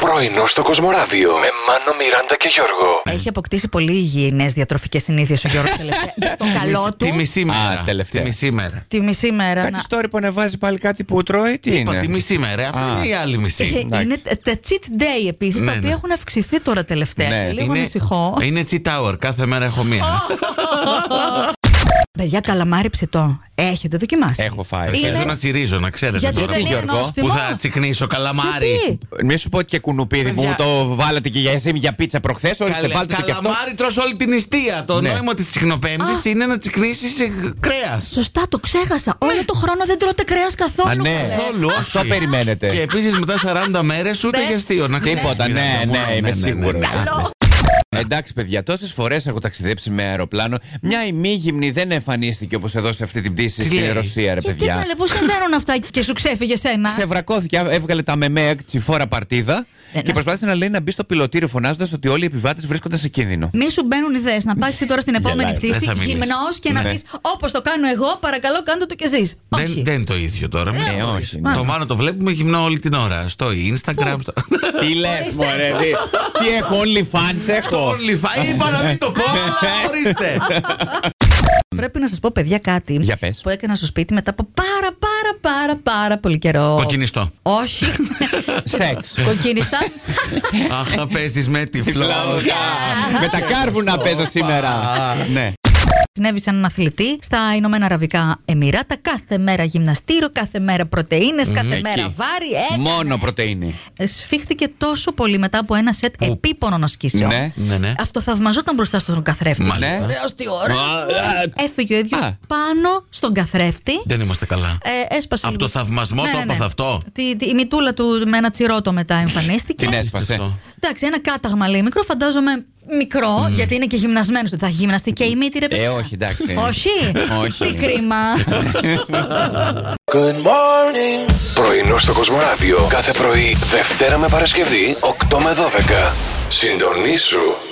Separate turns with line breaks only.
Πρωινό στο Κοσμοράδιο με Μάνο, Μιράντα και Γιώργο.
Έχει αποκτήσει πολύ υγιεινές διατροφικές συνήθειες ο Γιώργος τελευταία. για το καλό του.
Τη μισή μέρα.
Α, τελευταία.
Τη μισή μέρα.
Τη μισή μέρα.
Κάτι
να-
story που ανεβάζει πάλι κάτι που τρώει, τι
Είπα τη
είναι.
μισή μέρα.
Α.
Αυτή είναι η άλλη μισή.
Ε, Είναι τα cheat day επίση,
Ναι,
τα οποία
ναι.
έχουν αυξηθεί τώρα τελευταία. και Ε, λίγο ανησυχώ.
Είναι cheat hour. Κάθε μέρα έχω μία.
Παιδιά, καλαμάρι ψητό. Έχετε δοκιμάσει.
Έχω φάει.
Είναι-
Θέλω να τσιρίζω, να ξέρετε
Γιατί
τώρα.
δεν είναι
Γιώργο,
νόστιμο.
Που θα τσικνήσω καλαμάρι.
Γιατί?
Μη σου πω ότι και κουνουπίδι που μου το βάλατε και για εσύ για πίτσα προχθές. Ορίστε,
Καλε-
Ε, βάλτε το και αυτό.
Καλαμάρι τρως όλη την νηστεία. Το
Ναι.
νόημα της συχνοπέμπτης είναι να τσικνήσεις ε, κρέας.
Σωστά, το ξέχασα. Όλο το χρόνο δεν τρώτε κρέας καθόλου.
Α, ναι.
καλέ.
Ναι. Καθόλου, όχι.
Αυτό περιμένετε.
Και επίσης μετά 40 μέρες ούτε
Ναι.
για αστείο. να ξέρεις,
Τίποτα,
Μιράντα
ναι,
μου.
ναι, είμαι σίγουρο.
ναι.
Καλό.
Εντάξει, παιδιά, τόσες φορές έχω ταξιδέψει με αεροπλάνο. Μια ημίγυμνη δεν εμφανίστηκε όπως εδώ σε αυτή την πτήση
Τι
στην
λέει?
Ρωσία, ρε
Γιατί
παιδιά.
καλέ, πώ συμβαίνουν αυτά και σου ξέφυγε ένα.
Ξεβρακώθηκε, έβγαλε τα μεμέα τσιφόρα παρτίδα
Ε,
και
να-
προσπάθησε να λέει να μπει στο πιλωτήριο φωνάζοντας ότι όλοι οι επιβάτες βρίσκονται σε κίνδυνο.
Μη σου μπαίνουν ιδέες να πας τώρα στην επόμενη
Γελάει,
πτήση
δεν θα μιλήσεις.
γυμνός και να
Ναι.
πεις Όπως το κάνω εγώ, παρακαλώ κάντε το κι εσείς.
Δεν, δεν είναι το ίδιο τώρα. μην
Ναι,
το
όχι,
δεις.
ναι.
Το μάλλον το βλέπουμε γυμνό όλη την ώρα. Στο Instagram. Στο...
Τι λες, μωρέ, τι- τι έχω, όλοι fans έχω.
Όλοι φα- Είπα να μην το πω, αλλά ορίστε.
Πρέπει να σας πω, παιδιά, κάτι
Για πες.
που έκανα στο σπίτι μετά από πάρα πάρα πάρα πάρα πολύ καιρό.
Κοκκινιστό.
Όχι.
Σεξ.
Κοκκινιστά.
Αχ, θα παίζεις με τη φλόγα.
Φλόγα. Με τα κάρβουνα παίζω σήμερα. Ναι.
Συνέβη σαν ένα αθλητή στα Ηνωμένα Αραβικά Εμμυράτα. Κάθε μέρα γυμναστήριο, κάθε μέρα πρωτενε, κάθε
εκεί.
μέρα βάρη. Ε,
Μόνο πρωτενη.
Σφίχτηκε τόσο πολύ μετά από ένα σετ επίπονων ασκήσεων.
Ναι.
Ναι, ναι.
Αυτό θαυμαζόταν μπροστά στον καθρέφτη.
Μάλιστα.
Ναι.
Ωραίος, τι ωραίος.
Α, α,
Έφυγε ο ίδιος
Ναι. Α.
πάνω στον καθρέφτη.
Δεν είμαστε καλά.
Ε, έσπασε
Από
λίγο.
το θαυμασμό το έπαθε αυτό.
ναι, Τη, τη- η μητούλα του με ένα τσιρότο μετά εμφανίστηκε.
Την έσπασε.
Εντάξει, ένα κάταγμα λέει μικρό, φαντάζομαι μικρό, γιατί είναι και γυμνασμένος. Θα έχει γυμναστεί και η μύτη, ρε παιδιά.
Ε, όχι, εντάξει.
Όχι.
Όχι.
Τι κρίμα.
Πρωινό στο Κοσμοράδιο κάθε πρωί, Δευτέρα με Παρασκευή, 8 με 12. Συντονίσου